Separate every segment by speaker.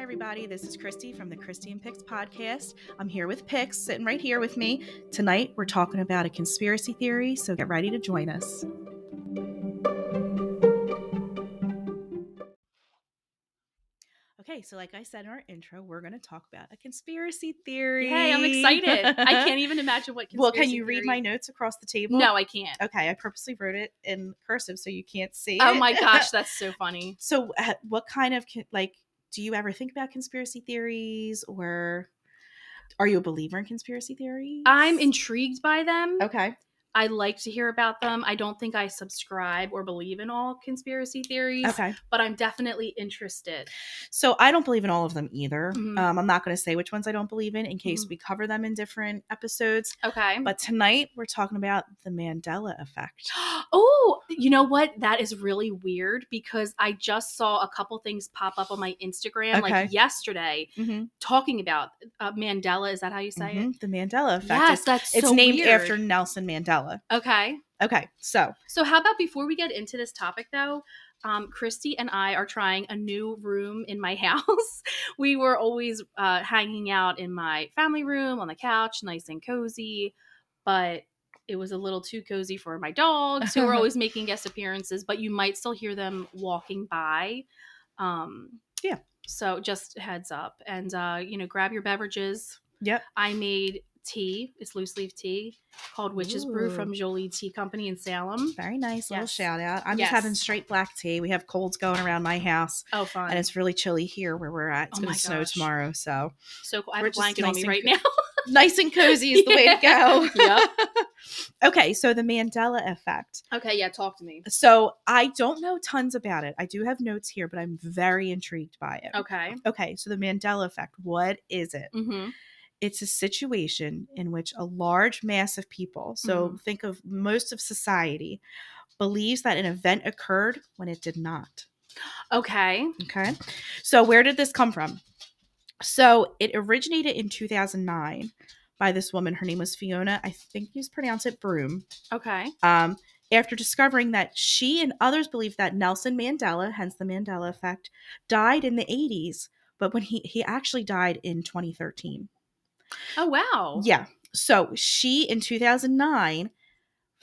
Speaker 1: everybody. This is Christy from the Christy and Pix podcast. I'm here with Pix, sitting right here with me. Tonight, we're talking about a conspiracy theory, so get ready to join us. Okay, so like I said in our intro, we're going to talk about a conspiracy theory.
Speaker 2: Hey, I'm excited. I can't even imagine what.
Speaker 1: well, can
Speaker 2: conspiracy
Speaker 1: you read
Speaker 2: theory-
Speaker 1: my Oh, notes across the table?
Speaker 2: No, I can't.
Speaker 1: Okay, I purposely wrote it in cursive so you can't see.
Speaker 2: Oh
Speaker 1: it.
Speaker 2: my gosh, that's so funny.
Speaker 1: So, uh, what kind of con- like do you ever think about conspiracy theories, or are you a believer in conspiracy theories?
Speaker 2: I'm intrigued by them.
Speaker 1: Okay.
Speaker 2: I like to hear about them. I don't think I subscribe or believe in all conspiracy theories,
Speaker 1: Okay.
Speaker 2: but I'm definitely interested.
Speaker 1: So I don't believe in all of them either.
Speaker 2: Mhm.
Speaker 1: Um, I'm not going to say which ones I don't believe in in case
Speaker 2: Mhm.
Speaker 1: we cover them in different episodes.
Speaker 2: Okay.
Speaker 1: But tonight we're talking about the Mandela effect.
Speaker 2: Oh, you know what? That is really weird because I just saw a couple things pop up on my Instagram
Speaker 1: Okay.
Speaker 2: like yesterday
Speaker 1: Mhm,
Speaker 2: talking about uh, Mandela. Is that how you Mm-hmm, say it?
Speaker 1: mhm. The Mandela effect.
Speaker 2: Yes,
Speaker 1: It's-
Speaker 2: that's
Speaker 1: it's
Speaker 2: so
Speaker 1: named
Speaker 2: weird.
Speaker 1: after Nelson Mandela.
Speaker 2: Okay.
Speaker 1: Okay, so
Speaker 2: So, how about before we get into this topic, though? Um, Christy and I are trying a new room in my house. we were always uh, hanging out in my family room on the couch, nice and cozy, but it was a little too cozy for my dogs, who were always making guest appearances. But you might still hear them walking by. Um,
Speaker 1: Yeah.
Speaker 2: So, just heads up, and uh, you know, grab your beverages.
Speaker 1: yep,
Speaker 2: I made tea. It's loose leaf tea called Witch's Brew
Speaker 1: Ooh.
Speaker 2: from Jolie Tea Company in Salem.
Speaker 1: very nice little
Speaker 2: Mm-hmm. Yes.
Speaker 1: shout out. I'm
Speaker 2: Yes.
Speaker 1: just having straight black tea. We have colds going around my house.
Speaker 2: Oh, fun!
Speaker 1: and it's really chilly here where we're at. It's
Speaker 2: Oh
Speaker 1: going
Speaker 2: my
Speaker 1: to snow
Speaker 2: gosh.
Speaker 1: tomorrow, so
Speaker 2: so cool. I
Speaker 1: we're
Speaker 2: have a
Speaker 1: just
Speaker 2: blanket on
Speaker 1: nice
Speaker 2: me
Speaker 1: and
Speaker 2: right
Speaker 1: co-
Speaker 2: now.
Speaker 1: nice and cozy is the way to go.
Speaker 2: yep.
Speaker 1: Okay, so the Mandela effect.
Speaker 2: Okay. Yeah. Talk to me.
Speaker 1: So I don't know tons about it. I do have notes here, but I'm very intrigued by it.
Speaker 2: Okay.
Speaker 1: Okay, so the Mandela effect, what is it?
Speaker 2: Mm-hmm.
Speaker 1: It's a situation in which a large mass of people, so
Speaker 2: Mhm.
Speaker 1: think of most of society, believes that an event occurred when it did not.
Speaker 2: Okay.
Speaker 1: Okay. So where did this come from? So it originated in 2009 by this woman. Her name was Fiona. I think you pronounce it Broom.
Speaker 2: Okay.
Speaker 1: Um, after discovering that she and others believed that Nelson Mandela, hence the Mandela effect, died in the 80s, but when he he actually died in 2013.
Speaker 2: Oh wow.
Speaker 1: Yeah. So she in 2009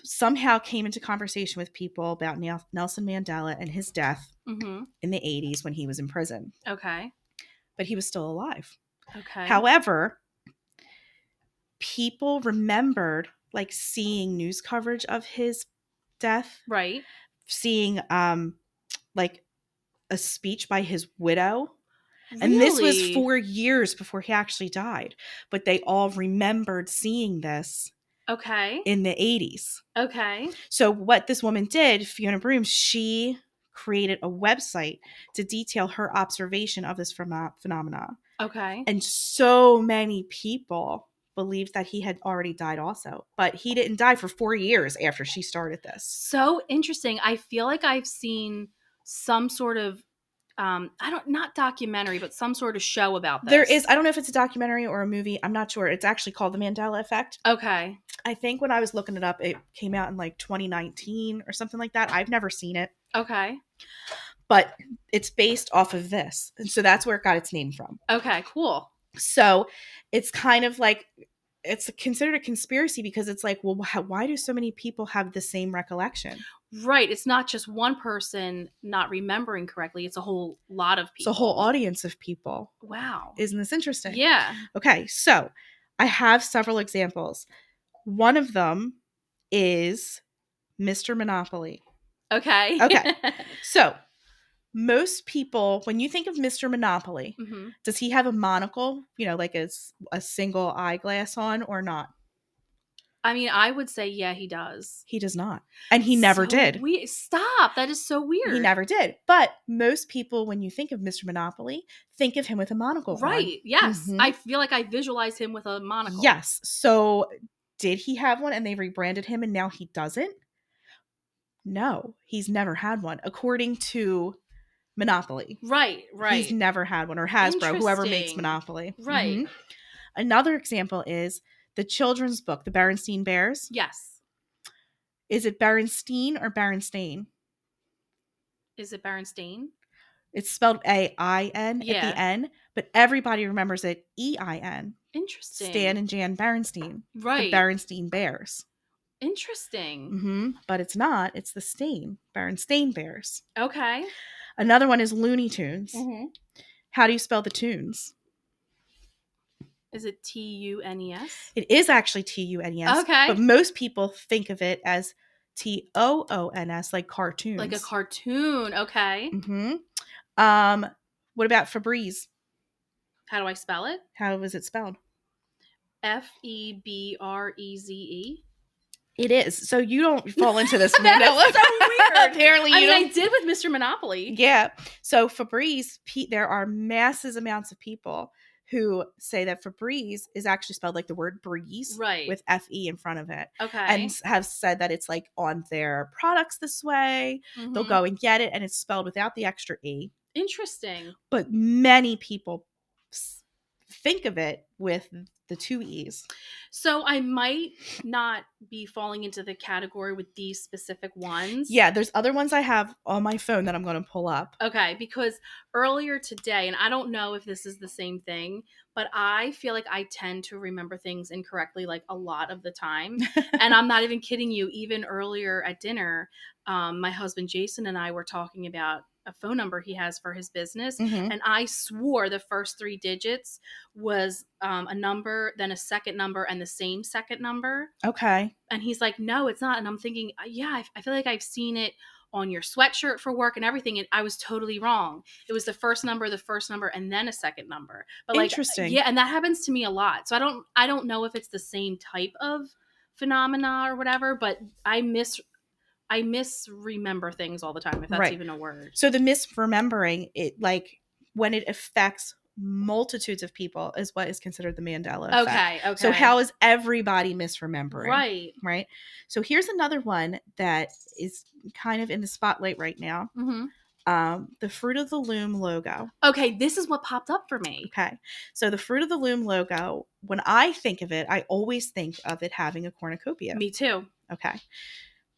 Speaker 1: somehow came into conversation with people about Nel- Nelson Mandela and his death
Speaker 2: Mm-hmm.
Speaker 1: in the 80s when he was in prison
Speaker 2: Okay.
Speaker 1: but he was still alive.
Speaker 2: Okay.
Speaker 1: However, people remembered like seeing news coverage of his death,
Speaker 2: Right.
Speaker 1: seeing um like a speech by his widow. And this was
Speaker 2: Really?
Speaker 1: four years before he actually died. But they all remembered seeing this
Speaker 2: Okay.
Speaker 1: in the 80s.
Speaker 2: Okay.
Speaker 1: So, what this woman did, Fiona Broom, she created a website to detail her observation of this pheno- phenomena.
Speaker 2: Okay.
Speaker 1: and so many people believed that he had already died also but he didn't die for four years after she started this
Speaker 2: So interesting. I feel like I've seen some sort of um I don't not documentary, but some sort of show about this.
Speaker 1: there is i don't know if it's a documentary or a movie i'm not sure it's actually called the mandela effect
Speaker 2: Okay.
Speaker 1: i think when i was looking it up it came out in like 2019 or something like that i've never seen it
Speaker 2: Okay.
Speaker 1: but it's based off of this and so that's where it got its name from
Speaker 2: Okay. Cool.
Speaker 1: so it's kind of like it's considered a conspiracy because it's like well wh- why do so many people have the same recollection
Speaker 2: Right. It's not just one person not remembering correctly. It's a whole lot of
Speaker 1: it's a
Speaker 2: people.
Speaker 1: whole audience of people
Speaker 2: Wow.
Speaker 1: Isn't this interesting?
Speaker 2: Yeah.
Speaker 1: Okay, so I have several examples. One of them is Mr. Monopoly.
Speaker 2: Okay.
Speaker 1: Okay. So, most people, when you think of Mr. Monopoly,
Speaker 2: hmm
Speaker 1: does he have a monocle, you know, like a, s- a single eyeglass on or not?
Speaker 2: I mean, I would say yeah, he does.
Speaker 1: He does not. And he never
Speaker 2: So
Speaker 1: did.
Speaker 2: We stop. That is so weird.
Speaker 1: He never did. But most people, when you think of Mr. Monopoly, think of him with a monocle. on.
Speaker 2: Right. Yes.
Speaker 1: Mhm.
Speaker 2: I feel like I visualize him with a monocle.
Speaker 1: Yes. So did he have one and they rebranded him and now he doesn't? No, he's never had one. According to Monopoly,
Speaker 2: Right. Right.
Speaker 1: he's never had one or Hasbro, whoever makes
Speaker 2: Interesting.
Speaker 1: Monopoly.
Speaker 2: Right.
Speaker 1: Mhm. Another example is the children's book, The Berenstain Bears.
Speaker 2: yes.
Speaker 1: Is it Berenstain or Berenstain?
Speaker 2: Is it Berenstain?
Speaker 1: It's spelled A I N at
Speaker 2: Yeah.
Speaker 1: the end, but everybody remembers it E I N.
Speaker 2: Interesting.
Speaker 1: Stan and Jan Berenstein,
Speaker 2: right.
Speaker 1: the Berenstein Bears.
Speaker 2: Interesting.
Speaker 1: hmm But it's not. It's the Stain Berenstain Bears.
Speaker 2: Okay.
Speaker 1: Another one is Looney Tunes.
Speaker 2: Mm-hmm.
Speaker 1: How do you spell the tunes?
Speaker 2: Is it T U N E S?
Speaker 1: It is actually T U N E S.
Speaker 2: Okay.
Speaker 1: But most people think of it as T O O N S, like cartoons.
Speaker 2: Like a cartoon. Okay.
Speaker 1: hmm Um, what about Febreze?
Speaker 2: How do I spell it?
Speaker 1: How was it spelled?
Speaker 2: F E B R E Z E.
Speaker 1: It is. So you don't fall into this.
Speaker 2: That is
Speaker 1: Manila.
Speaker 2: so weird.
Speaker 1: Apparently, you
Speaker 2: I mean,
Speaker 1: don't
Speaker 2: I did with Mr. Monopoly.
Speaker 1: Yeah. So Febreze, pe- there are masses amounts of people who say that Febreze is actually spelled like the word breeze
Speaker 2: Right.
Speaker 1: with F E in front of it,
Speaker 2: okay.
Speaker 1: and s- have said that it's like on their products this way. They'll
Speaker 2: Mhm.
Speaker 1: go and get it, and it's spelled without the extra E.
Speaker 2: Interesting.
Speaker 1: But many people s- think of it with the two E's.
Speaker 2: So I might not be falling into the category with these specific ones.
Speaker 1: Yeah, there's other ones I have on my phone that I'm going to pull up.
Speaker 2: Okay, because earlier today, and I don't know if this is the same thing, but I feel like I tend to remember things incorrectly like a lot of the time. and I'm not even kidding you, even earlier at dinner, um, my husband Jason and I were talking about a phone number he has for his business.
Speaker 1: Mhm.
Speaker 2: And I swore the first three digits was um, a number, then a second number, and the same second number
Speaker 1: Okay.
Speaker 2: and he's like no it's not and i'm thinking uh, yeah I, I feel like i've seen it on your sweatshirt for work and everything and i was totally wrong it was the first number the first number and then a second number but like uh,
Speaker 1: Interesting.
Speaker 2: yeah and that happens to me a lot so i don't i don't know if it's the same type of phenomena or whatever but i miss i misremember things all the time if that's
Speaker 1: Right.
Speaker 2: even a word
Speaker 1: So the misremembering, it like when it affects multitudes of people, is what is considered the Mandela effect.
Speaker 2: okay okay
Speaker 1: So how is everybody misremembering?
Speaker 2: right
Speaker 1: Right. So here's another one that is kind of in the spotlight right now.
Speaker 2: hmm
Speaker 1: Um, the Fruit of the Loom logo.
Speaker 2: okay this is what popped up for me
Speaker 1: Okay. So the Fruit of the Loom logo, when I think of it, I always think of it having a cornucopia.
Speaker 2: me too
Speaker 1: Okay.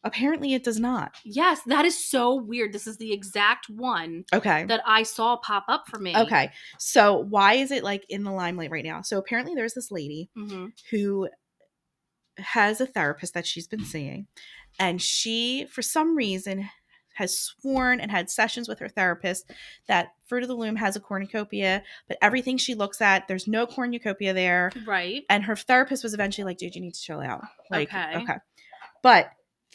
Speaker 1: Apparently it does not.
Speaker 2: yes that is so weird this is the exact one
Speaker 1: Okay.
Speaker 2: that I saw pop up for me.
Speaker 1: Okay. So why is it like in the limelight right now? So apparently there's this lady
Speaker 2: hmm
Speaker 1: who has a therapist that she's been seeing and she for some reason has sworn and had sessions with her therapist that fruit of the loom has a cornucopia but everything she looks at there's no cornucopia there
Speaker 2: Right.
Speaker 1: and her therapist was eventually like dude you need to chill out like
Speaker 2: Okay.
Speaker 1: okay but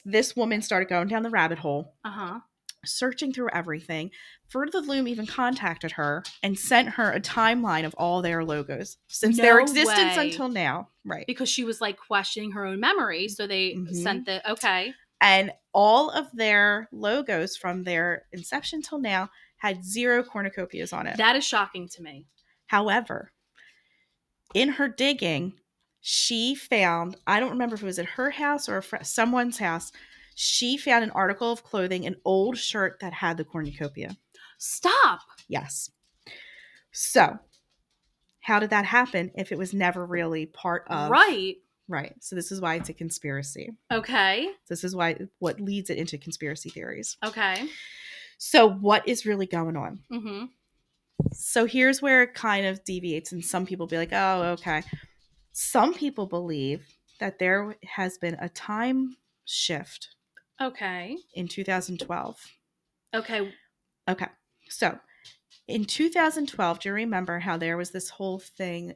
Speaker 1: this woman started going down the rabbit hole
Speaker 2: Uh huh.
Speaker 1: searching through everything. Fruit of the Loom even contacted her and sent her a timeline of all their logos since their
Speaker 2: No
Speaker 1: existence
Speaker 2: way.
Speaker 1: until now. Right.
Speaker 2: Because she was like questioning her own memory, so they
Speaker 1: Mhm.
Speaker 2: sent the okay.
Speaker 1: And all of their logos from their inception till now had zero cornucopias on it.
Speaker 2: That is shocking to me.
Speaker 1: However, in her digging, she found I don't remember if it was at her house or a fr- someone's house. She found an article of clothing, an old shirt that had the cornucopia.
Speaker 2: Stop.
Speaker 1: Yes. So, how did that happen if it was never really part of?
Speaker 2: right.
Speaker 1: Right. So, this is why it's a conspiracy.
Speaker 2: Okay.
Speaker 1: This is why what leads it into conspiracy theories.
Speaker 2: Okay.
Speaker 1: So, what is really going on?
Speaker 2: Mm-hmm.
Speaker 1: So, here's where it kind of deviates, and some people be like, oh, okay. Some people believe that there has been a time shift
Speaker 2: Okay.
Speaker 1: in 2012.
Speaker 2: Okay.
Speaker 1: Okay. So in 2012, do you remember how there was this whole thing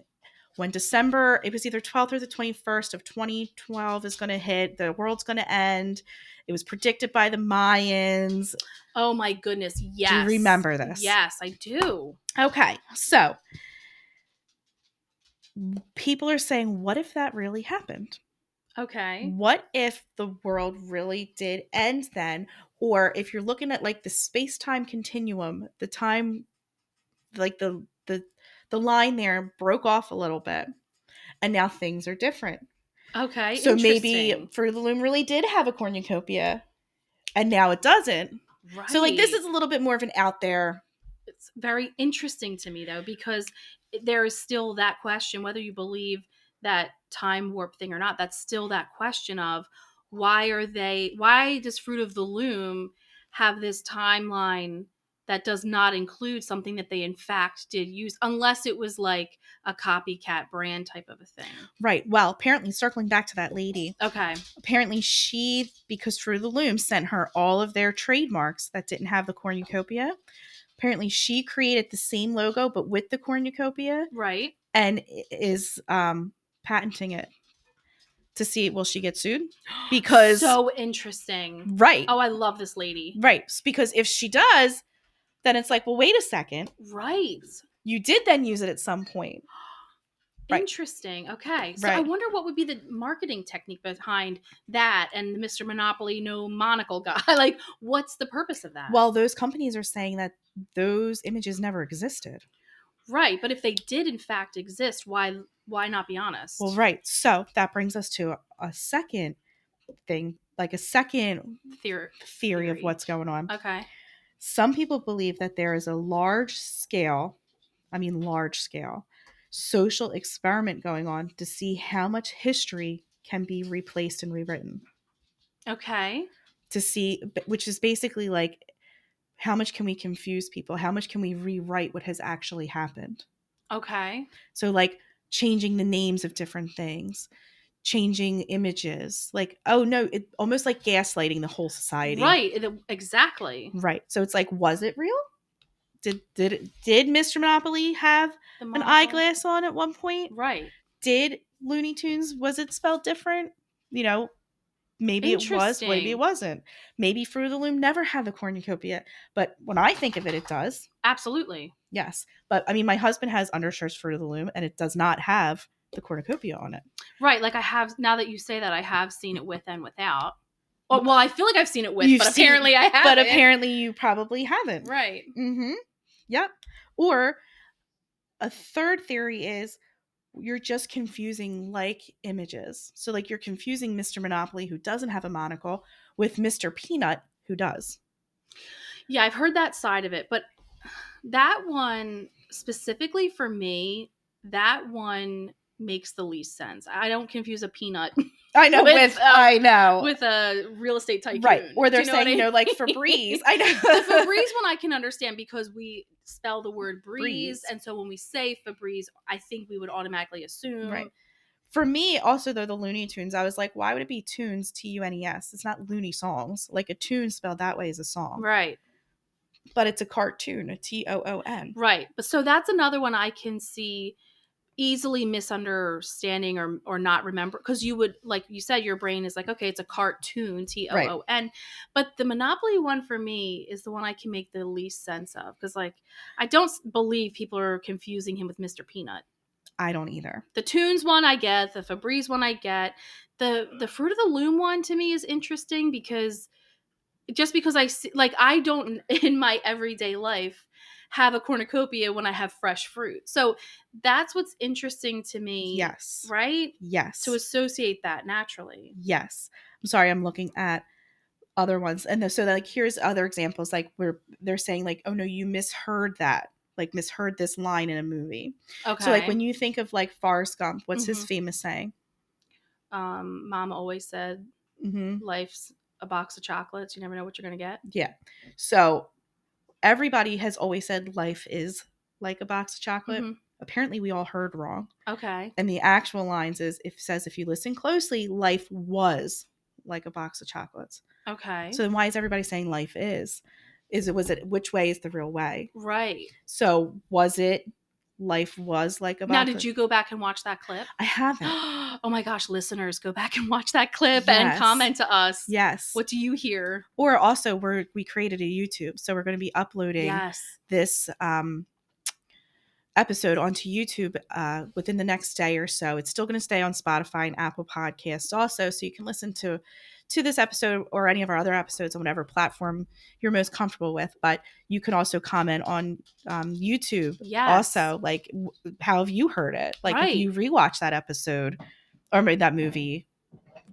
Speaker 1: when December, it was either 12th or the 21st of 2012 is going to hit, the world's going to end. It was predicted by the Mayans.
Speaker 2: Oh my goodness. Yes.
Speaker 1: Do you remember this?
Speaker 2: Yes, I do.
Speaker 1: Okay. So people are saying, what if that really happened?
Speaker 2: Okay.
Speaker 1: What if the world really did end then? Or if you're looking at like the space time continuum, the time, like the the the line there broke off a little bit, and now things are different.
Speaker 2: Okay.
Speaker 1: so maybe
Speaker 2: interesting.
Speaker 1: Fruit of the Loom really did have a cornucopia, and now it doesn't.
Speaker 2: Right.
Speaker 1: So like this is a little bit more of an out there.
Speaker 2: it's very interesting to me though because there is still that question whether you believe that time warp thing or not that's still that question of why are they why does fruit of the loom have this timeline that does not include something that they in fact did use unless it was like a copycat brand type of a thing
Speaker 1: Right. Well, apparently, circling back to that lady,
Speaker 2: okay
Speaker 1: apparently she, because Through the Loom sent her all of their trademarks that didn't have the cornucopia, apparently she created the same logo but with the cornucopia
Speaker 2: right
Speaker 1: and i- is um, patenting it to see will she get sued? Because,
Speaker 2: so interesting
Speaker 1: right,
Speaker 2: oh i love this lady
Speaker 1: right. Because if she does, then it's like, well, wait a second.
Speaker 2: right
Speaker 1: You did then use it at some point. Right.
Speaker 2: Interesting. Okay. So I
Speaker 1: Right.
Speaker 2: wonder what would be the marketing technique behind that and the Mr. Monopoly no monocle guy. like what's the purpose of that?
Speaker 1: Well, those companies are saying that those images never existed.
Speaker 2: right, but if they did in fact exist, why why not be honest?
Speaker 1: Well, right. So that brings us to a second thing, like a second
Speaker 2: Theory.
Speaker 1: theory of
Speaker 2: Theory.
Speaker 1: what's going on.
Speaker 2: Okay.
Speaker 1: Some people believe that there is a large scale, I mean, large scale social experiment going on to see how much history can be replaced and rewritten,
Speaker 2: Okay.
Speaker 1: to see, which is basically like, how much can we confuse people? How much can we rewrite what has actually happened?
Speaker 2: Okay.
Speaker 1: So like changing the names of different things, changing images. Like oh no, it almost like gaslighting the whole society.
Speaker 2: Right. it- Exactly.
Speaker 1: Right. So it's like was it real? Did did it- did Mr. Monopoly have
Speaker 2: The
Speaker 1: an
Speaker 2: monocle-
Speaker 1: eyeglass on at one point?
Speaker 2: Right.
Speaker 1: Did Looney Tunes was it spelled different? You know, maybe it was, maybe
Speaker 2: Interesting.
Speaker 1: it wasn't. Maybe Fruit of the Loom never had the cornucopia, but when I think of it it does.
Speaker 2: Absolutely.
Speaker 1: Yes. But I mean my husband has undershirts Fruit of the Loom and it does not have the cornucopia on it.
Speaker 2: Right. Like I have now that you say that I have seen it with and without. Well, well I feel like I've seen it with,
Speaker 1: You've
Speaker 2: but
Speaker 1: seen-
Speaker 2: apparently I haven't.
Speaker 1: but apparently you probably haven't.
Speaker 2: Right.
Speaker 1: Mm-hmm. Yep. Or a third theory is you're just confusing like images. So like you're confusing Mr. Monopoly, who doesn't have a monocle, with Mr. Peanut, who does.
Speaker 2: Yeah, I've heard that side of it, but that one specifically for me, that one makes the least sense. I don't confuse a peanut
Speaker 1: I know.
Speaker 2: With,
Speaker 1: With,
Speaker 2: um,
Speaker 1: I know.
Speaker 2: with a real estate tycoon.
Speaker 1: right. Or
Speaker 2: Do
Speaker 1: they're
Speaker 2: what
Speaker 1: saying
Speaker 2: I
Speaker 1: you know like
Speaker 2: mean?
Speaker 1: Febreze. I know.
Speaker 2: the Febreze one I can understand because we spell the word breeze,
Speaker 1: Breeze.
Speaker 2: and so when we say Febreze, I think we would automatically assume
Speaker 1: Right. For me, also though the Looney Tunes, I was like, why would it be tunes? T U N E S. It's not Looney songs. Like a tune spelled that way is a song,
Speaker 2: Right.
Speaker 1: but it's a cartoon. A T O O N.
Speaker 2: Right. But so that's another one I can see easily misunderstanding or or not remember because you would like you said your brain is like okay it's a cartoon T O O N but the monopoly one for me is the one I can make the least sense of cuz like I don't s- believe people are confusing him with Mr. Peanut.
Speaker 1: I don't either.
Speaker 2: The Tunes one I get, the Febreze one I get. The the Fruit of the Loom one to me is interesting because just because I see, like I don't in my everyday life have a cornucopia when I have fresh fruit. So that's what's interesting to me.
Speaker 1: Yes.
Speaker 2: Right?
Speaker 1: Yes.
Speaker 2: To associate that naturally.
Speaker 1: yes. I'm sorry, I'm looking at other ones. And so like here's other examples like where they're saying like, "Oh no, you misheard that." Like misheard this line in a movie.
Speaker 2: Okay.
Speaker 1: So like when you think of like Forrest Gump, what's his
Speaker 2: Mhm.
Speaker 1: famous saying?
Speaker 2: um mom always said
Speaker 1: Mhm.
Speaker 2: life's a box of chocolates, you never know what you're going to get.
Speaker 1: Yeah. So everybody has always said life is like a box of chocolate.
Speaker 2: Mhm.
Speaker 1: Apparently we all heard wrong.
Speaker 2: Okay.
Speaker 1: And the actual lines is if says if you listen closely, life was like a box of chocolates.
Speaker 2: Okay.
Speaker 1: So then why is everybody saying life is? Is it was it which way is the real way?
Speaker 2: right.
Speaker 1: So was it life was like about
Speaker 2: Now did you go back and watch that clip?
Speaker 1: I haven't.
Speaker 2: oh my gosh, listeners, go back and watch that clip and
Speaker 1: Yes.
Speaker 2: comment to us.
Speaker 1: yes.
Speaker 2: What do you hear?
Speaker 1: or also we're we created a YouTube, so we're gonna be uploading
Speaker 2: Yes.
Speaker 1: this um episode onto YouTube uh within the next day or so. It's still gonna stay on Spotify and Apple Podcasts also, so you can listen to to this episode or any of our other episodes on whatever platform you're most comfortable with. But you can also comment on um, YouTube
Speaker 2: Yes.
Speaker 1: also like w- how have you heard it like
Speaker 2: Right.
Speaker 1: if you rewatch that episode or made that movie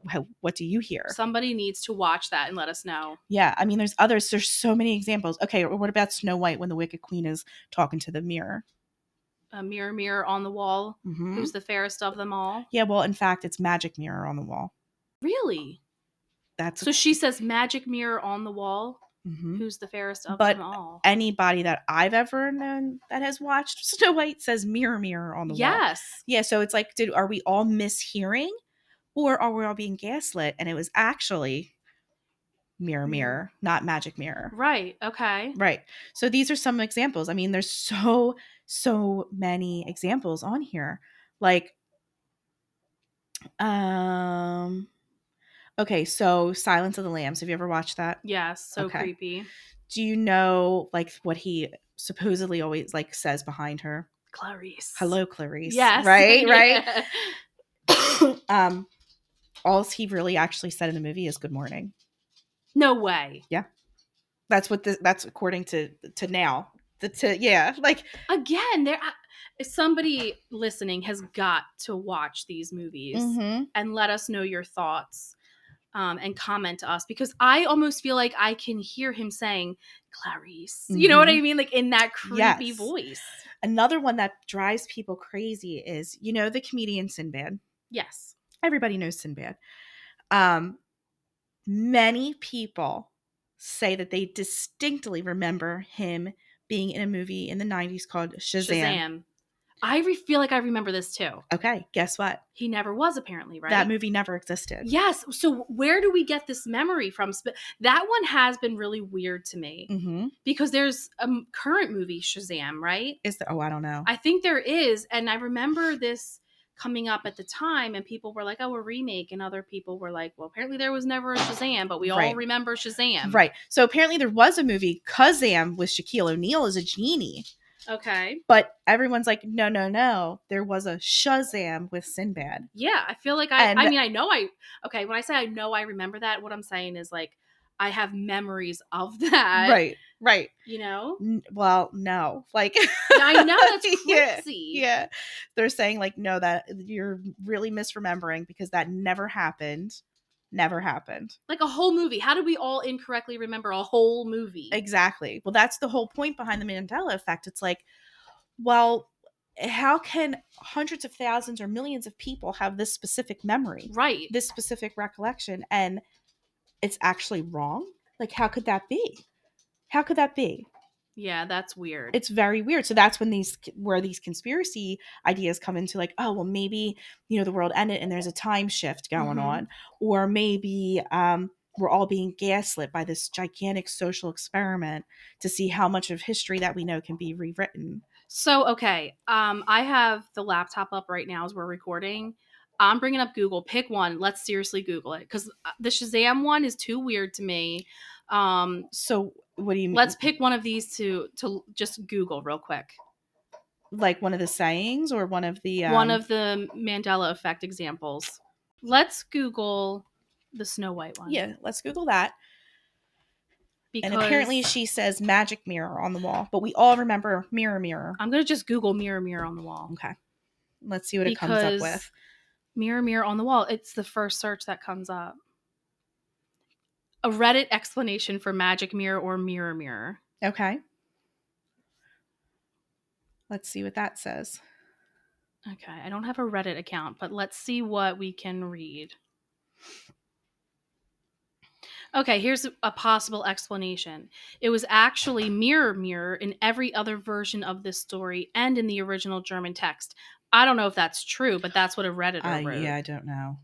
Speaker 1: how, what do you hear
Speaker 2: Somebody needs to watch that and let us know.
Speaker 1: yeah i mean there's others there's so many examples okay or what about snow white when the wicked queen is talking to the mirror
Speaker 2: A mirror, mirror on the wall.
Speaker 1: Mhm.
Speaker 2: Who's the fairest of them all?
Speaker 1: yeah well in fact it's magic mirror on the wall
Speaker 2: Really?
Speaker 1: that's
Speaker 2: So she says magic mirror on the wall.
Speaker 1: Mhm.
Speaker 2: who's the fairest of
Speaker 1: But
Speaker 2: them all.
Speaker 1: Anybody that I've ever known that has watched Snow White says mirror, mirror on the wall.
Speaker 2: Yes.
Speaker 1: Yeah, so it's like, did are we all mishearing, or are we all being gaslit? And it was actually mirror,
Speaker 2: Mhm.
Speaker 1: mirror, not magic mirror.
Speaker 2: Right. Okay.
Speaker 1: Right. So these are some examples. I mean, there's so so many examples on here. Like, um, okay, so Silence of the Lambs. Have you ever watched that?
Speaker 2: Yes. So
Speaker 1: Okay.
Speaker 2: creepy.
Speaker 1: Do you know like what he supposedly always like says behind her?
Speaker 2: Clarice.
Speaker 1: Hello, Clarice.
Speaker 2: Yes.
Speaker 1: Right. Right.
Speaker 2: Yeah.
Speaker 1: um all he really actually said in the movie is good morning
Speaker 2: No way.
Speaker 1: that's what the, that's according to to now the to yeah like
Speaker 2: Again, there. I- if Somebody listening has got to watch these movies
Speaker 1: Mm-hmm.
Speaker 2: and let us know your thoughts um, and comment to us because I almost feel like I can hear him saying Clarice. You know what I mean? Like in that creepy
Speaker 1: Mm-hmm. Yes.
Speaker 2: voice.
Speaker 1: another one that drives people crazy is you know the comedian sinbad
Speaker 2: Yes.
Speaker 1: everybody knows sinbad um many people say that they distinctly remember him being in a movie in the 90s called
Speaker 2: Shazam.
Speaker 1: shazam,
Speaker 2: I re- feel like I remember this too.
Speaker 1: okay guess what
Speaker 2: He never was apparently, right?
Speaker 1: that movie never existed
Speaker 2: Yes. So where do we get this memory from? Sp- That one has been really weird to me
Speaker 1: mm-hmm.
Speaker 2: because there's a m- current movie Shazam, right?
Speaker 1: is the oh i don't know
Speaker 2: I think there is, and I remember this coming up at the time, and people were like, "Oh, a remake," and other people were like, "Well, apparently there was never a Shazam, but we all
Speaker 1: Right.
Speaker 2: remember Shazam."
Speaker 1: Right. So apparently there was a movie, Kazam, with Shaquille O'Neal as a genie.
Speaker 2: Okay.
Speaker 1: But everyone's like, no, no, no. There was a Shazam with Sinbad.
Speaker 2: Yeah, I feel like I.
Speaker 1: And-
Speaker 2: I mean, I know I. Okay, when I say I know I remember that, what I'm saying is like I have memories of that.
Speaker 1: right. Right.
Speaker 2: You know.
Speaker 1: N- well, no. Like,
Speaker 2: I know that's
Speaker 1: Yeah,
Speaker 2: crazy.
Speaker 1: yeah. They're saying, like, no, that you're really misremembering because that never happened. Never happened.
Speaker 2: Like a whole movie. How do we all incorrectly remember a whole movie?
Speaker 1: Exactly. Well, that's the whole point behind the Mandela effect. It's like, well, eh, how can hundreds of thousands or millions of people have this specific memory?
Speaker 2: Right.
Speaker 1: this specific recollection and it's actually wrong like how could that be how could that be
Speaker 2: Yeah, that's weird.
Speaker 1: it's very weird so that's when these where these conspiracy ideas come into like oh well maybe you know the world ended and there's a time shift going
Speaker 2: Mhm.
Speaker 1: on or maybe um we're all being gaslit by this gigantic social experiment to see how much of history that we know can be rewritten
Speaker 2: So okay, um, I have the laptop up right now as we're recording. I'm bringing up Google. Pick one. Let's seriously Google it because the Shazam one is too weird to me. Um,
Speaker 1: so what do you mean
Speaker 2: let's pick one of these to to just Google real quick.
Speaker 1: like one of the sayings or one of the um,
Speaker 2: One of the Mandela effect examples. Let's Google the Snow White one.
Speaker 1: yeah let's google that
Speaker 2: because
Speaker 1: And apparently she says magic mirror on the wall, but we all remember mirror mirror.
Speaker 2: I'm gonna just Google mirror mirror on the wall.
Speaker 1: Okay. Let's see what it comes up with.
Speaker 2: Mirror, mirror on the wall. It's the first search that comes up. A Reddit explanation for magic mirror or mirror mirror.
Speaker 1: Okay. Let's see what that says.
Speaker 2: Okay, I don't have a Reddit account, but let's see what we can read. Okay, here's a possible explanation. It was actually mirror mirror in every other version of this story and in the original German text. I don't know if that's true, but that's what a Redditor
Speaker 1: Uh,
Speaker 2: wrote.
Speaker 1: yeah, I don't know.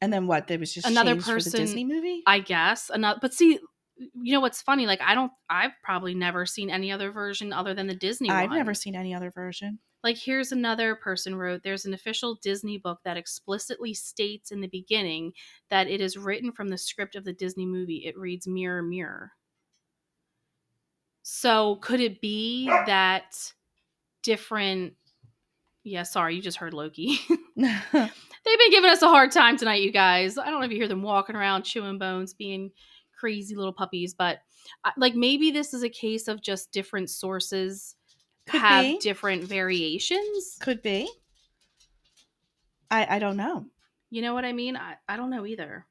Speaker 1: And then what? There was just
Speaker 2: Another
Speaker 1: another person for
Speaker 2: person-
Speaker 1: the Disney movie.
Speaker 2: I guess. Another, but see, you know what's funny? Like I don't. I've probably never seen any other version other than the Disney.
Speaker 1: I've
Speaker 2: one.
Speaker 1: never seen any other version.
Speaker 2: Like here's another person wrote. There's an official Disney book that explicitly states in the beginning that it is written from the script of the Disney movie. It reads mirror mirror. So could it be that different? Yeah, sorry, you just heard Loki. They've been giving us a hard time tonight, you guys. I don't know if you hear them walking around, chewing bones, being crazy little puppies, but uh, like maybe this is a case of just different sources
Speaker 1: Could
Speaker 2: have
Speaker 1: be.
Speaker 2: different variations.
Speaker 1: Could be. I I don't know.
Speaker 2: You know what I mean? I, I don't know either.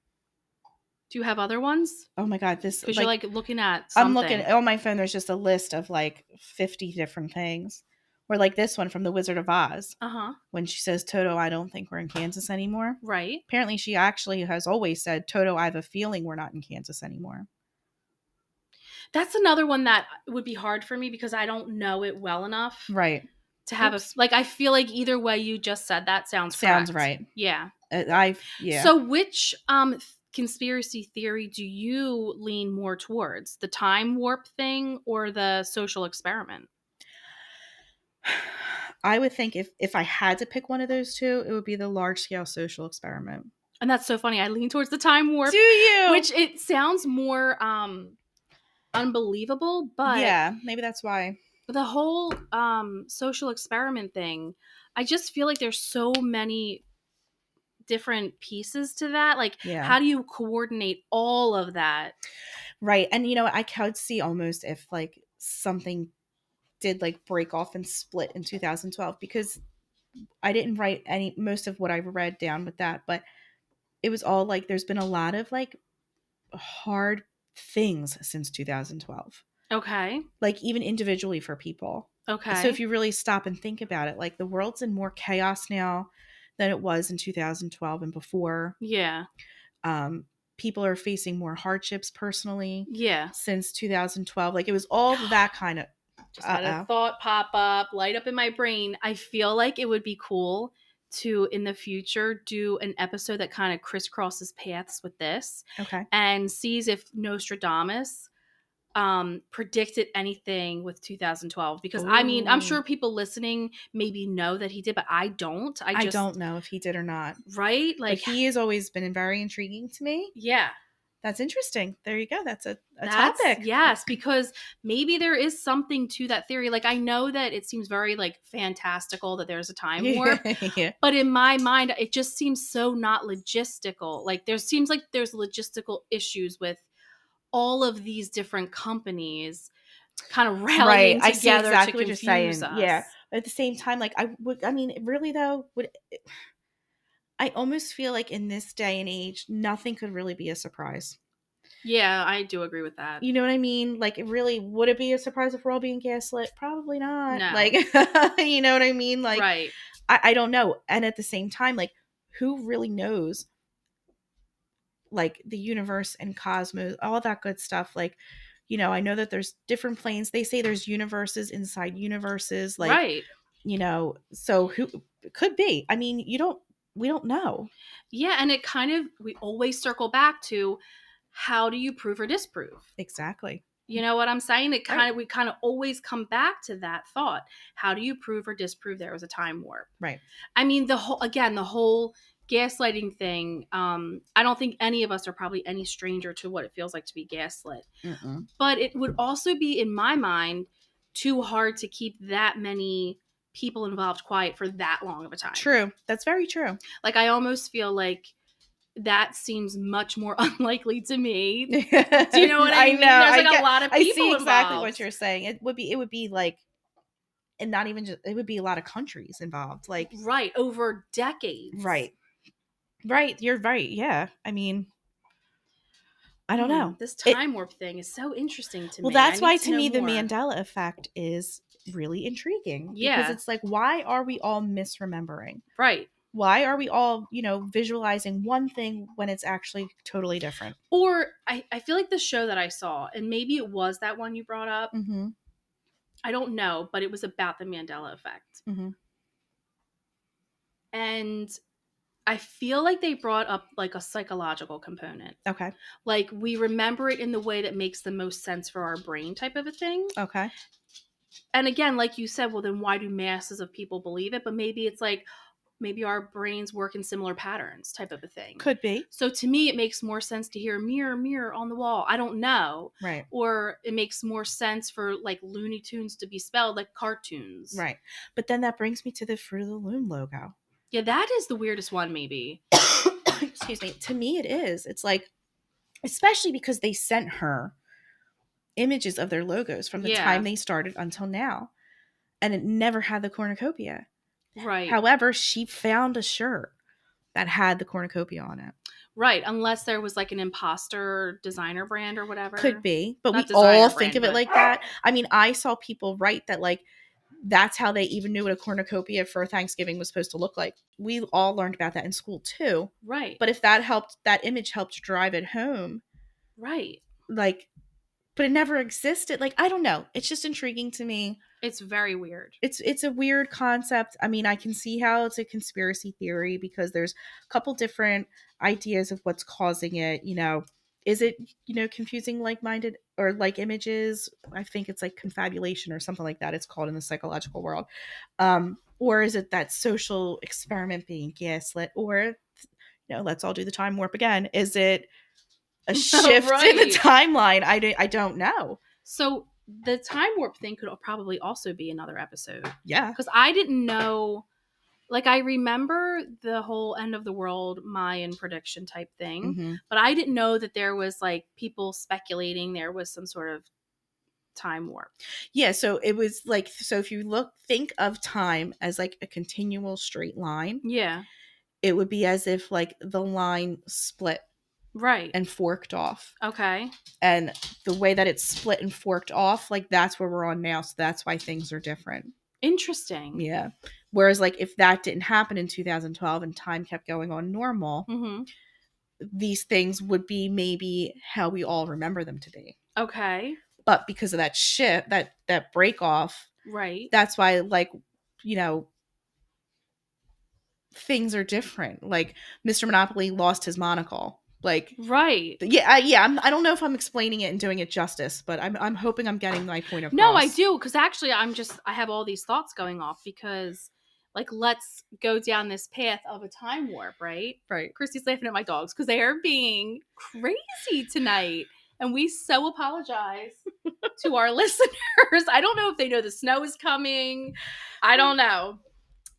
Speaker 2: Do you have other ones?
Speaker 1: Oh my god, this
Speaker 2: Because
Speaker 1: like,
Speaker 2: you're like looking at
Speaker 1: I'm
Speaker 2: something.
Speaker 1: looking on my phone. There's just a list of like 50 different things. Or like this one from The Wizard of Oz.
Speaker 2: Uh huh.
Speaker 1: when she says Toto, I don't think we're in Kansas anymore.
Speaker 2: Right.
Speaker 1: Apparently, she actually has always said, Toto, I have a feeling we're not in Kansas anymore.
Speaker 2: That's another one that would be hard for me because I don't know it well enough
Speaker 1: Right.
Speaker 2: to have a like. I feel like either way you just said that sounds
Speaker 1: Sounds
Speaker 2: correct.
Speaker 1: right.
Speaker 2: Yeah.
Speaker 1: Uh, I yeah.
Speaker 2: So which um th- conspiracy theory do you lean more towards? The time warp thing or the social experiment?
Speaker 1: I would think if if I had to pick one of those two, it would be the large scale social experiment.
Speaker 2: And that's so funny. I lean towards the time warp,
Speaker 1: Do you?
Speaker 2: which it sounds more um unbelievable, but
Speaker 1: yeah, maybe that's why.
Speaker 2: the whole um social experiment thing i just feel like there's so many different pieces to that like
Speaker 1: Yeah.
Speaker 2: how do you coordinate all of that
Speaker 1: Right. And you know, I could see almost if like something did like break off and split in 2012 because I didn't write any most of what I read down with that, but it was all like there's been a lot of like hard things since 2012.
Speaker 2: okay
Speaker 1: Like even individually for people.
Speaker 2: okay
Speaker 1: So if you really stop and think about it, like the world's in more chaos now than it was in 2012 and before.
Speaker 2: yeah
Speaker 1: Um people are facing more hardships personally
Speaker 2: yeah
Speaker 1: since 2012. Like it was all that kind of.
Speaker 2: just had
Speaker 1: Uh-oh.
Speaker 2: a thought pop up light up in my brain i feel like it would be cool to in the future do an episode that kind of crisscrosses paths with this
Speaker 1: Okay.
Speaker 2: and sees if Nostradamus um predicted anything with 2012 because I mean I'm
Speaker 1: Ooh.
Speaker 2: sure people listening maybe know that he did but I don't I
Speaker 1: I,
Speaker 2: just
Speaker 1: don't know if he did or not.
Speaker 2: right
Speaker 1: Like
Speaker 2: like
Speaker 1: he has always been very intriguing to me.
Speaker 2: yeah
Speaker 1: That's interesting. There you go. That's a, a
Speaker 2: that's-
Speaker 1: topic.
Speaker 2: yes because maybe there is something to that theory like I know that it seems very like fantastical that there's a time warp
Speaker 1: yeah.
Speaker 2: but in my mind it just seems so not logistical like there seems like there's logistical issues with all of these different companies kind of rallying
Speaker 1: I see
Speaker 2: together
Speaker 1: exactly
Speaker 2: to
Speaker 1: what you're
Speaker 2: confuse
Speaker 1: saying.
Speaker 2: us
Speaker 1: Yeah. But at the same time, like I would. I mean, really though, would I almost feel like in this day and age, nothing could really be a surprise.
Speaker 2: yeah i do agree with that
Speaker 1: You know what I mean? Like, it really would it be a surprise if we're all being gaslit? Probably not.
Speaker 2: No.
Speaker 1: Like, you know what I mean? Like,
Speaker 2: right
Speaker 1: I, I don't know. And at the same time, like, who really knows? Like the universe and cosmos, all that good stuff. Like, you know, I know that there's different planes. They say there's universes inside universes. Like,
Speaker 2: right
Speaker 1: you know, so who it could be? I mean, you don't. We don't know.
Speaker 2: yeah and it kind of we always circle back to how do you prove or disprove
Speaker 1: Exactly.
Speaker 2: you know what i'm saying it kind
Speaker 1: Right.
Speaker 2: of we kind of always come back to that thought how do you prove or disprove there was a time warp
Speaker 1: Right.
Speaker 2: I mean, the whole again, the whole gaslighting thing. Um, I don't think any of us are probably any stranger to what it feels like to be gaslit. But it would also be, in my mind, too hard to keep that many people involved quiet for that long of a time.
Speaker 1: True. That's very true.
Speaker 2: Like I almost feel like that seems much more unlikely to me.
Speaker 1: Do
Speaker 2: Do you know what I, mean?
Speaker 1: Know,
Speaker 2: There's
Speaker 1: I
Speaker 2: like
Speaker 1: get-
Speaker 2: a lot of
Speaker 1: I
Speaker 2: people
Speaker 1: see exactly
Speaker 2: involved.
Speaker 1: what you're saying. It would be. It would be like, and not even just. It would be a lot of countries involved. Like,
Speaker 2: right over decades.
Speaker 1: Right. Right. You're right. Yeah. I mean, I don't
Speaker 2: Hmm,
Speaker 1: know.
Speaker 2: This
Speaker 1: It-
Speaker 2: time warp thing is so interesting to
Speaker 1: Well,
Speaker 2: me. I
Speaker 1: that's
Speaker 2: need
Speaker 1: why
Speaker 2: to
Speaker 1: to
Speaker 2: know
Speaker 1: me the
Speaker 2: more.
Speaker 1: Mandela effect is really intriguing.
Speaker 2: Yeah.
Speaker 1: Because it's like, why are we all misremembering?
Speaker 2: Right.
Speaker 1: Why are we all, you know, visualizing one thing when it's actually totally different?
Speaker 2: or I, I feel like the show that I saw, and maybe it was that one you brought up.
Speaker 1: Mm-hmm.
Speaker 2: I don't know, but it was about the Mandela effect.
Speaker 1: Mhm.
Speaker 2: And I feel like they brought up like a psychological component.
Speaker 1: Okay.
Speaker 2: Like we remember it in the way that makes the most sense for our brain type of a thing.
Speaker 1: Okay.
Speaker 2: And again, like you said, well, then why do masses of people believe it? But maybe it's like maybe our brains work in similar patterns type of a thing.
Speaker 1: Could be.
Speaker 2: so to me, it makes more sense to hear mirror, mirror on the wall. I don't know.
Speaker 1: Right.
Speaker 2: or it makes more sense for like Looney Tunes to be spelled like cartoons.
Speaker 1: Right. But then that brings me to the Fruit of the Loom logo.
Speaker 2: Yeah, that is the weirdest one, maybe.
Speaker 1: excuse me to me it is it's like especially because they sent her images of their logos from the
Speaker 2: Yeah.
Speaker 1: time they started until now and it never had the cornucopia
Speaker 2: Right.
Speaker 1: however she found a shirt that had the cornucopia on it
Speaker 2: right. Unless there was like an imposter designer brand or whatever.
Speaker 1: could be but
Speaker 2: Not
Speaker 1: we
Speaker 2: designer
Speaker 1: all
Speaker 2: brand,
Speaker 1: think of it
Speaker 2: but-
Speaker 1: like that i mean i saw people write that like that's how they even knew what a cornucopia for thanksgiving was supposed to look like we all learned about that in school too
Speaker 2: Right.
Speaker 1: but if that helped that image helped drive it home
Speaker 2: right.
Speaker 1: like but it never existed. Like I don't know. It's just intriguing to me.
Speaker 2: It's very weird.
Speaker 1: It's it's a weird concept. I mean, I can see how it's a conspiracy theory because there's a couple different ideas of what's causing it, you know. Is it, you know, confusing like-minded or like images? I think it's like confabulation or something like that. It's called in the psychological world. Um or is it that social experiment being gaslit or you know, let's all do the time warp again. Is it a shift in
Speaker 2: Right.
Speaker 1: the timeline? I don't, I don't know.
Speaker 2: So the time warp thing could probably also be another episode
Speaker 1: Yeah.
Speaker 2: because I didn't know. Like I remember the whole end of the world Mayan prediction type thing,
Speaker 1: Mhm.
Speaker 2: but I didn't know that there was like people speculating there was some sort of time warp.
Speaker 1: Yeah. So it was like, so if you look, think of time as like a continual straight line,
Speaker 2: Yeah,
Speaker 1: it would be as if like the line split
Speaker 2: right.
Speaker 1: and forked off.
Speaker 2: okay,
Speaker 1: And the way that it's split and forked off, like that's where we're on now. So that's why things are different.
Speaker 2: interesting.
Speaker 1: Yeah. Whereas, like, if that didn't happen in 2012 and time kept going on normal,
Speaker 2: hmm
Speaker 1: these things would be maybe how we all remember them to be.
Speaker 2: Okay,
Speaker 1: But because of that shift, that that break off,
Speaker 2: right.
Speaker 1: that's why like, you know, things are different. Like Mr. Monopoly lost his monocle. Like
Speaker 2: right.
Speaker 1: yeah, I, yeah, I'm, I don't know if I'm explaining it and doing it justice, but I'm I'm hoping I'm getting my point across.
Speaker 2: No, I do because actually, I'm just I have all these thoughts going off because, like, let's go down this path of a time warp, right?
Speaker 1: Right.
Speaker 2: Christy's laughing at my dogs because they are being crazy tonight, and we so apologize to our listeners. I don't know if they know the snow is coming. I don't know.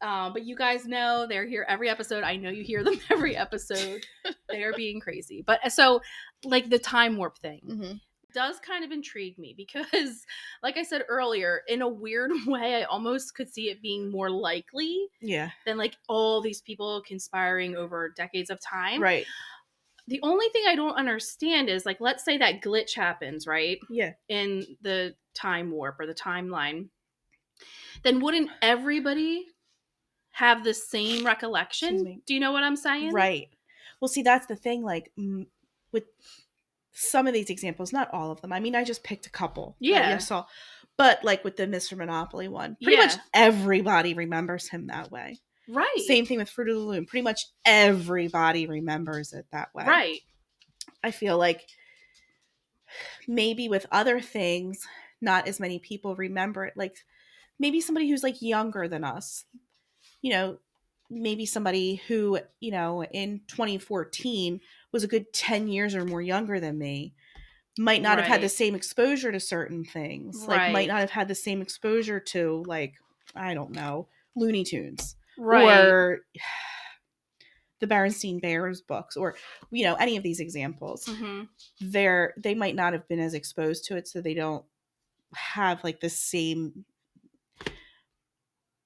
Speaker 2: Um, but you guys know they're here every episode. I know you hear them every episode. they are being crazy. But uh, so, like the time warp thing
Speaker 1: Mm-hmm.
Speaker 2: does kind of intrigue me because like i said earlier in a weird way i almost could see it being more likely
Speaker 1: Yeah.
Speaker 2: than like all these people conspiring over decades of time
Speaker 1: Right.
Speaker 2: the only thing i don't understand is like let's say that glitch happens right
Speaker 1: Yeah.
Speaker 2: in the time warp or the timeline then wouldn't everybody have the same
Speaker 1: Excuse
Speaker 2: recollection
Speaker 1: me.
Speaker 2: do you know what i'm saying
Speaker 1: Right. Well, see, that's the thing. Like mm, with some of these examples, not all of them. I mean, I just picked a couple. that you
Speaker 2: Yeah.
Speaker 1: saw, but like with the Mr. Monopoly one, pretty much
Speaker 2: Yeah.
Speaker 1: everybody remembers him that way.
Speaker 2: right
Speaker 1: Same thing with Fruit of the Loom. Pretty much everybody remembers it that way.
Speaker 2: right
Speaker 1: I feel like maybe with other things, not as many people remember it. Like maybe somebody who's like younger than us, you know, maybe somebody who, you know, in 2014 was a good 10 years or more younger than me might not have had the
Speaker 2: Right.
Speaker 1: same exposure to certain things. Like
Speaker 2: Right.
Speaker 1: might not have had the same exposure to like, I don't know, Looney Tunes
Speaker 2: right
Speaker 1: or the Berenstain Bears books or you know any of these examples
Speaker 2: hmm
Speaker 1: they're they might not have been as exposed to it so they don't have like the same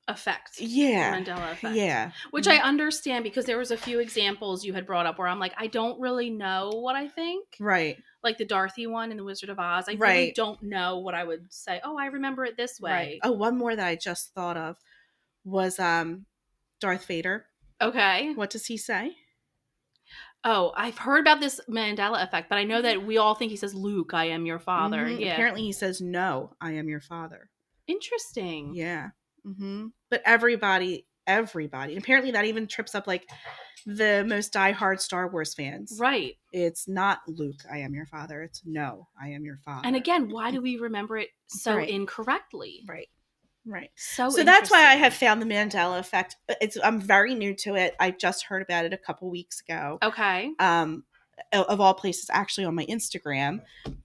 Speaker 2: effect
Speaker 1: yeah
Speaker 2: mandela effect
Speaker 1: yeah
Speaker 2: which I understand because there was a few examples you had brought up where I'm like, I don't really know what I think,
Speaker 1: right
Speaker 2: like the Dorothy one and the Wizard of Oz. I really
Speaker 1: Mm. Right.
Speaker 2: don't know what I would say. Oh, I remember it this way.
Speaker 1: right oh one more that i just thought of was um darth vader
Speaker 2: Okay.
Speaker 1: what does he say
Speaker 2: Oh, I've heard about this Mandela effect, but I know that we all think he says, "Luke, I am your father."
Speaker 1: Mhm.
Speaker 2: Yeah.
Speaker 1: apparently he says no i am your father
Speaker 2: Interesting.
Speaker 1: yeah hmm but everybody everybody apparently that even trips up like the most diehard star wars fans
Speaker 2: Right.
Speaker 1: it's not Luke, I am your father. It's no, I am your father. Mm-hmm.
Speaker 2: And again, why do we remember it so
Speaker 1: Right.
Speaker 2: incorrectly?
Speaker 1: right, right.
Speaker 2: So
Speaker 1: so that's why I
Speaker 2: interesting.
Speaker 1: have found the Mandela effect. uh, It's I'm very new to it. I just heard about it a couple weeks ago.
Speaker 2: Okay.
Speaker 1: Um, o- of all places, actually on my Instagram,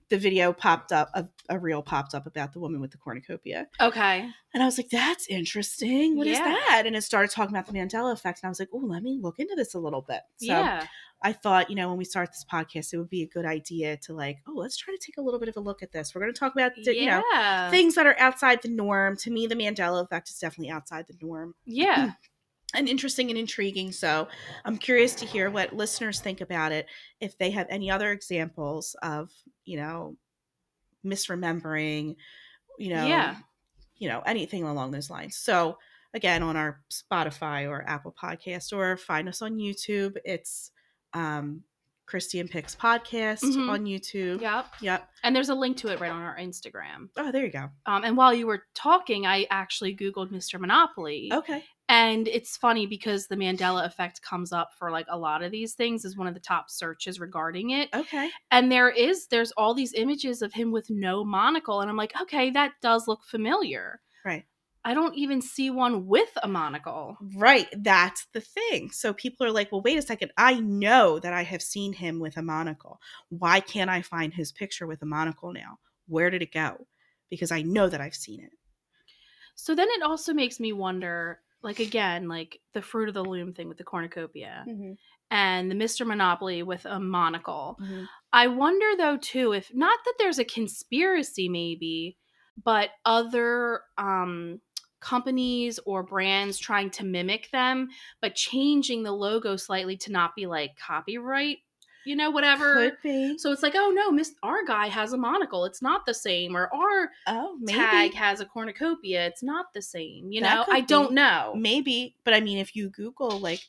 Speaker 1: the video popped up, a, a reel popped up about the woman with the cornucopia,
Speaker 2: Okay.
Speaker 1: and I was like, "That's interesting. What is
Speaker 2: Yeah.
Speaker 1: that?" And it started talking about the Mandela effect, and I was like, "Oh, let me look into this a little bit." So
Speaker 2: yeah.
Speaker 1: I thought, you know, when we start this podcast, it would be a good idea to like, oh, let's try to take a little bit of a look at this. We're going to talk about, the, you know,
Speaker 2: yeah.
Speaker 1: things that are outside the norm. To me, the Mandela effect is definitely outside the norm
Speaker 2: yeah.
Speaker 1: and interesting and intriguing. So I'm curious to hear what listeners think about it. If they have any other examples of, you know, misremembering, you know,
Speaker 2: Yeah.
Speaker 1: you know, anything along those lines. So again, on our Spotify or Apple podcast or find us on YouTube, it's um, Christy and Picks podcast
Speaker 2: Mhm.
Speaker 1: on YouTube.
Speaker 2: Yep.
Speaker 1: Yep.
Speaker 2: And there's a link to it right on our Instagram.
Speaker 1: Oh, there you go.
Speaker 2: Um, and while you were talking, I actually Googled Mr. Monopoly.
Speaker 1: Okay.
Speaker 2: And it's funny because the Mandela effect comes up for like a lot of these things as one of the top searches regarding it.
Speaker 1: Okay.
Speaker 2: And there is, there's all these images of him with no monocle. And I'm like, okay, that does look familiar.
Speaker 1: Right.
Speaker 2: I don't even see one with a monocle.
Speaker 1: Right. That's the thing. So people are like, well, wait a second. I know that I have seen him with a monocle. Why can't I find his picture with a monocle now? Where did it go? Because I know that I've seen it.
Speaker 2: So then it also makes me wonder, like, again, like the fruit of the loom thing with the cornucopia
Speaker 1: Mm-hmm,
Speaker 2: and the Mr. Monopoly with a monocle.
Speaker 1: mm-hmm.
Speaker 2: I wonder though too if not that there's a conspiracy maybe, but other um companies or brands trying to mimic them but changing the logo slightly to not be like copyright, you know whatever.
Speaker 1: Could be.
Speaker 2: So it's like, oh no, Miss our guy has a monocle. It's not the same or our
Speaker 1: Oh, maybe.
Speaker 2: tag has a cornucopia. It's not the same, you
Speaker 1: That
Speaker 2: know?
Speaker 1: could
Speaker 2: I don't
Speaker 1: be.
Speaker 2: know.
Speaker 1: Maybe. But I mean, if you Google, like,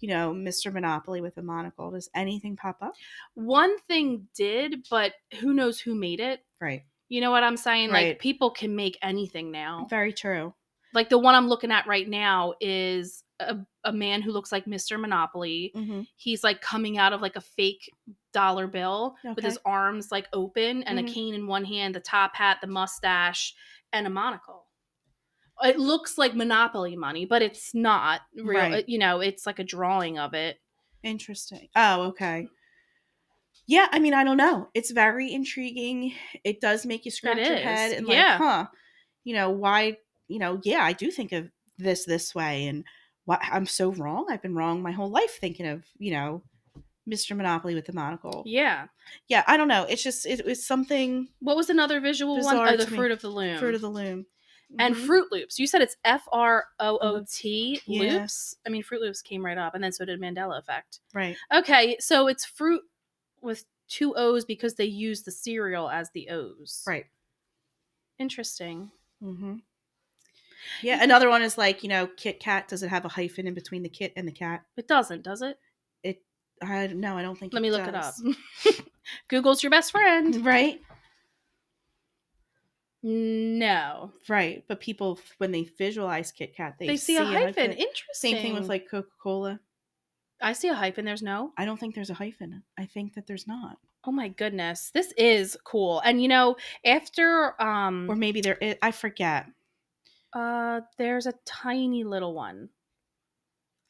Speaker 1: you know, Mr. Monopoly with a monocle, does anything pop up?
Speaker 2: One thing did, but who knows who made it?
Speaker 1: Right.
Speaker 2: You know what I'm saying? Like
Speaker 1: Right.
Speaker 2: people can make anything now.
Speaker 1: Very true.
Speaker 2: like the one I'm looking at right now is a, a man who looks like Mr. Monopoly.
Speaker 1: Mm-hmm.
Speaker 2: He's like coming out of like a fake dollar bill with his
Speaker 1: Okay.
Speaker 2: arms like open and a
Speaker 1: Mhm.
Speaker 2: cane in one hand, the top hat, the mustache, and a monocle. It looks like Monopoly money, but it's not real.
Speaker 1: Right.
Speaker 2: You know, it's like a drawing of it.
Speaker 1: Interesting. Oh, okay. Yeah, I mean, I don't know. It's very intriguing. It does make you scratch your
Speaker 2: is,
Speaker 1: head and
Speaker 2: yeah.
Speaker 1: like, huh, you know, why, you know, yeah, I do think of this this way and why I'm so wrong. I've been wrong my whole life thinking of, you know, Mr. Monopoly with the monocle. Yeah,
Speaker 2: Yeah.
Speaker 1: I don't know. It's just it, it's something
Speaker 2: What was another visual one?
Speaker 1: Bizarre
Speaker 2: Oh, the
Speaker 1: to me.
Speaker 2: Fruit of the Loom.
Speaker 1: fruit of the loom.
Speaker 2: and
Speaker 1: Mhm.
Speaker 2: Fruit Loops. You said it's F R O O T
Speaker 1: Yeah.
Speaker 2: Loops. I mean, Fruit Loops came right up, and then so did Mandela Effect.
Speaker 1: right.
Speaker 2: Okay, so it's fruit with two O's because they use the cereal as the O's.
Speaker 1: Right.
Speaker 2: Interesting.
Speaker 1: Mhm. Yeah,
Speaker 2: Mm-hmm.
Speaker 1: another one is like, you know, Kit Kat does it have a hyphen in between the kit and the cat?
Speaker 2: It doesn't, does it?
Speaker 1: I no, I don't think
Speaker 2: Let
Speaker 1: it
Speaker 2: me look
Speaker 1: does.
Speaker 2: it up. Google's your best friend.
Speaker 1: Right?
Speaker 2: No.
Speaker 1: Right, but people f- when they visualize Kit Kat, they,
Speaker 2: They, see, a hyphen. Interesting.
Speaker 1: Same thing with like Coca Cola.
Speaker 2: I see a hyphen, there's no.
Speaker 1: I don't think there's a hyphen. I think that there's not,
Speaker 2: Oh my goodness. This is cool. And you know, after um
Speaker 1: or maybe there. Is, I forget.
Speaker 2: uh there's a tiny little one.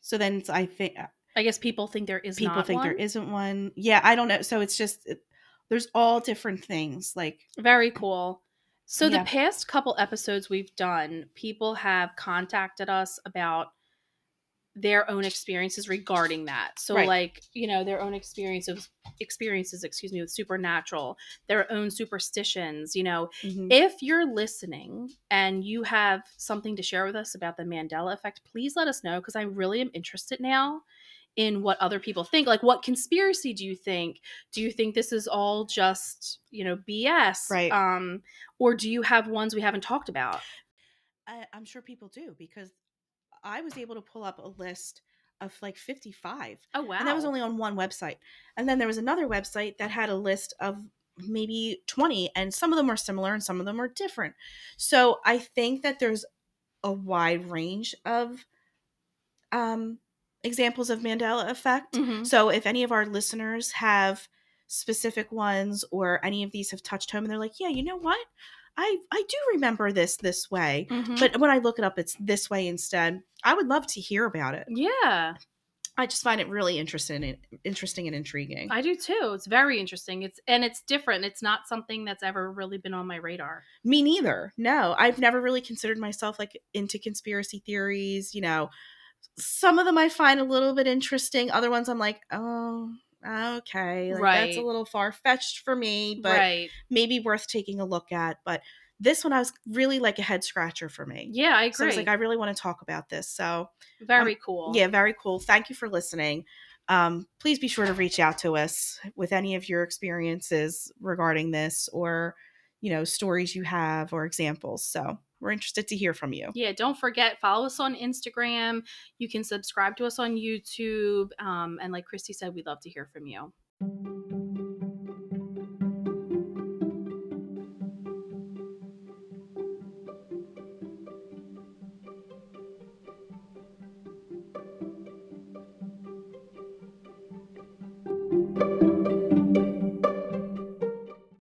Speaker 1: So then it's, I think uh,
Speaker 2: I guess people think there is
Speaker 1: people
Speaker 2: not
Speaker 1: think there
Speaker 2: one.
Speaker 1: isn't one. Yeah, I don't know. So it's just it, there's all different things. Like
Speaker 2: Very cool. So
Speaker 1: Yeah.
Speaker 2: the past couple episodes we've done, people have contacted us about their own experiences regarding that. So
Speaker 1: Right.
Speaker 2: like, you know, their own experiences experiences, excuse me, with supernatural, their own superstitions, you know.
Speaker 1: Mm-hmm.
Speaker 2: If you're listening and you have something to share with us about the Mandela effect, please let us know because I really am interested now in what other people think. Like, what conspiracy do you think? Do you think this is all just, you know, BS?
Speaker 1: Right.
Speaker 2: Um, or do you have ones we haven't talked about?
Speaker 1: I, I'm sure people do because I was able to pull up a list of like 55
Speaker 2: Oh, wow.
Speaker 1: And that was only on one website. And then there was another website that had a list of maybe 20, and some of them were similar and some of them were different. So I think that there's a wide range of um, examples of Mandela effect.
Speaker 2: Mhm.
Speaker 1: So if any of our listeners have specific ones or any of these have touched home and they're like, yeah, you know what? I, I do remember this this way.
Speaker 2: Mhm.
Speaker 1: But when I look it up, it's this way instead. I would love to hear about it.
Speaker 2: yeah,
Speaker 1: I just find it really interesting and interesting and intriguing.
Speaker 2: I do too. It's very interesting. It's and it's different. It's not something that's ever really been on my radar.
Speaker 1: Me neither. No, I've never really considered myself like into conspiracy theories, you know. Some of them I find a little bit interesting, other ones I'm like, "Oh, okay. Like that's a
Speaker 2: Right.
Speaker 1: little far-fetched for me, but
Speaker 2: right.
Speaker 1: maybe worth taking a look at." But this one I was really like a head scratcher for me.
Speaker 2: Yeah, I agree.
Speaker 1: So I was like, I really want to talk about this. So,
Speaker 2: very cool.
Speaker 1: yeah, very cool. Thank you for listening. Um, please be sure to reach out to us with any of your experiences regarding this or, you know, stories you have or examples. So we're interested to hear from you.
Speaker 2: Yeah, don't forget, follow us on Instagram. You can subscribe to us on YouTube. Um, and like Christy said, we'd love to hear from you.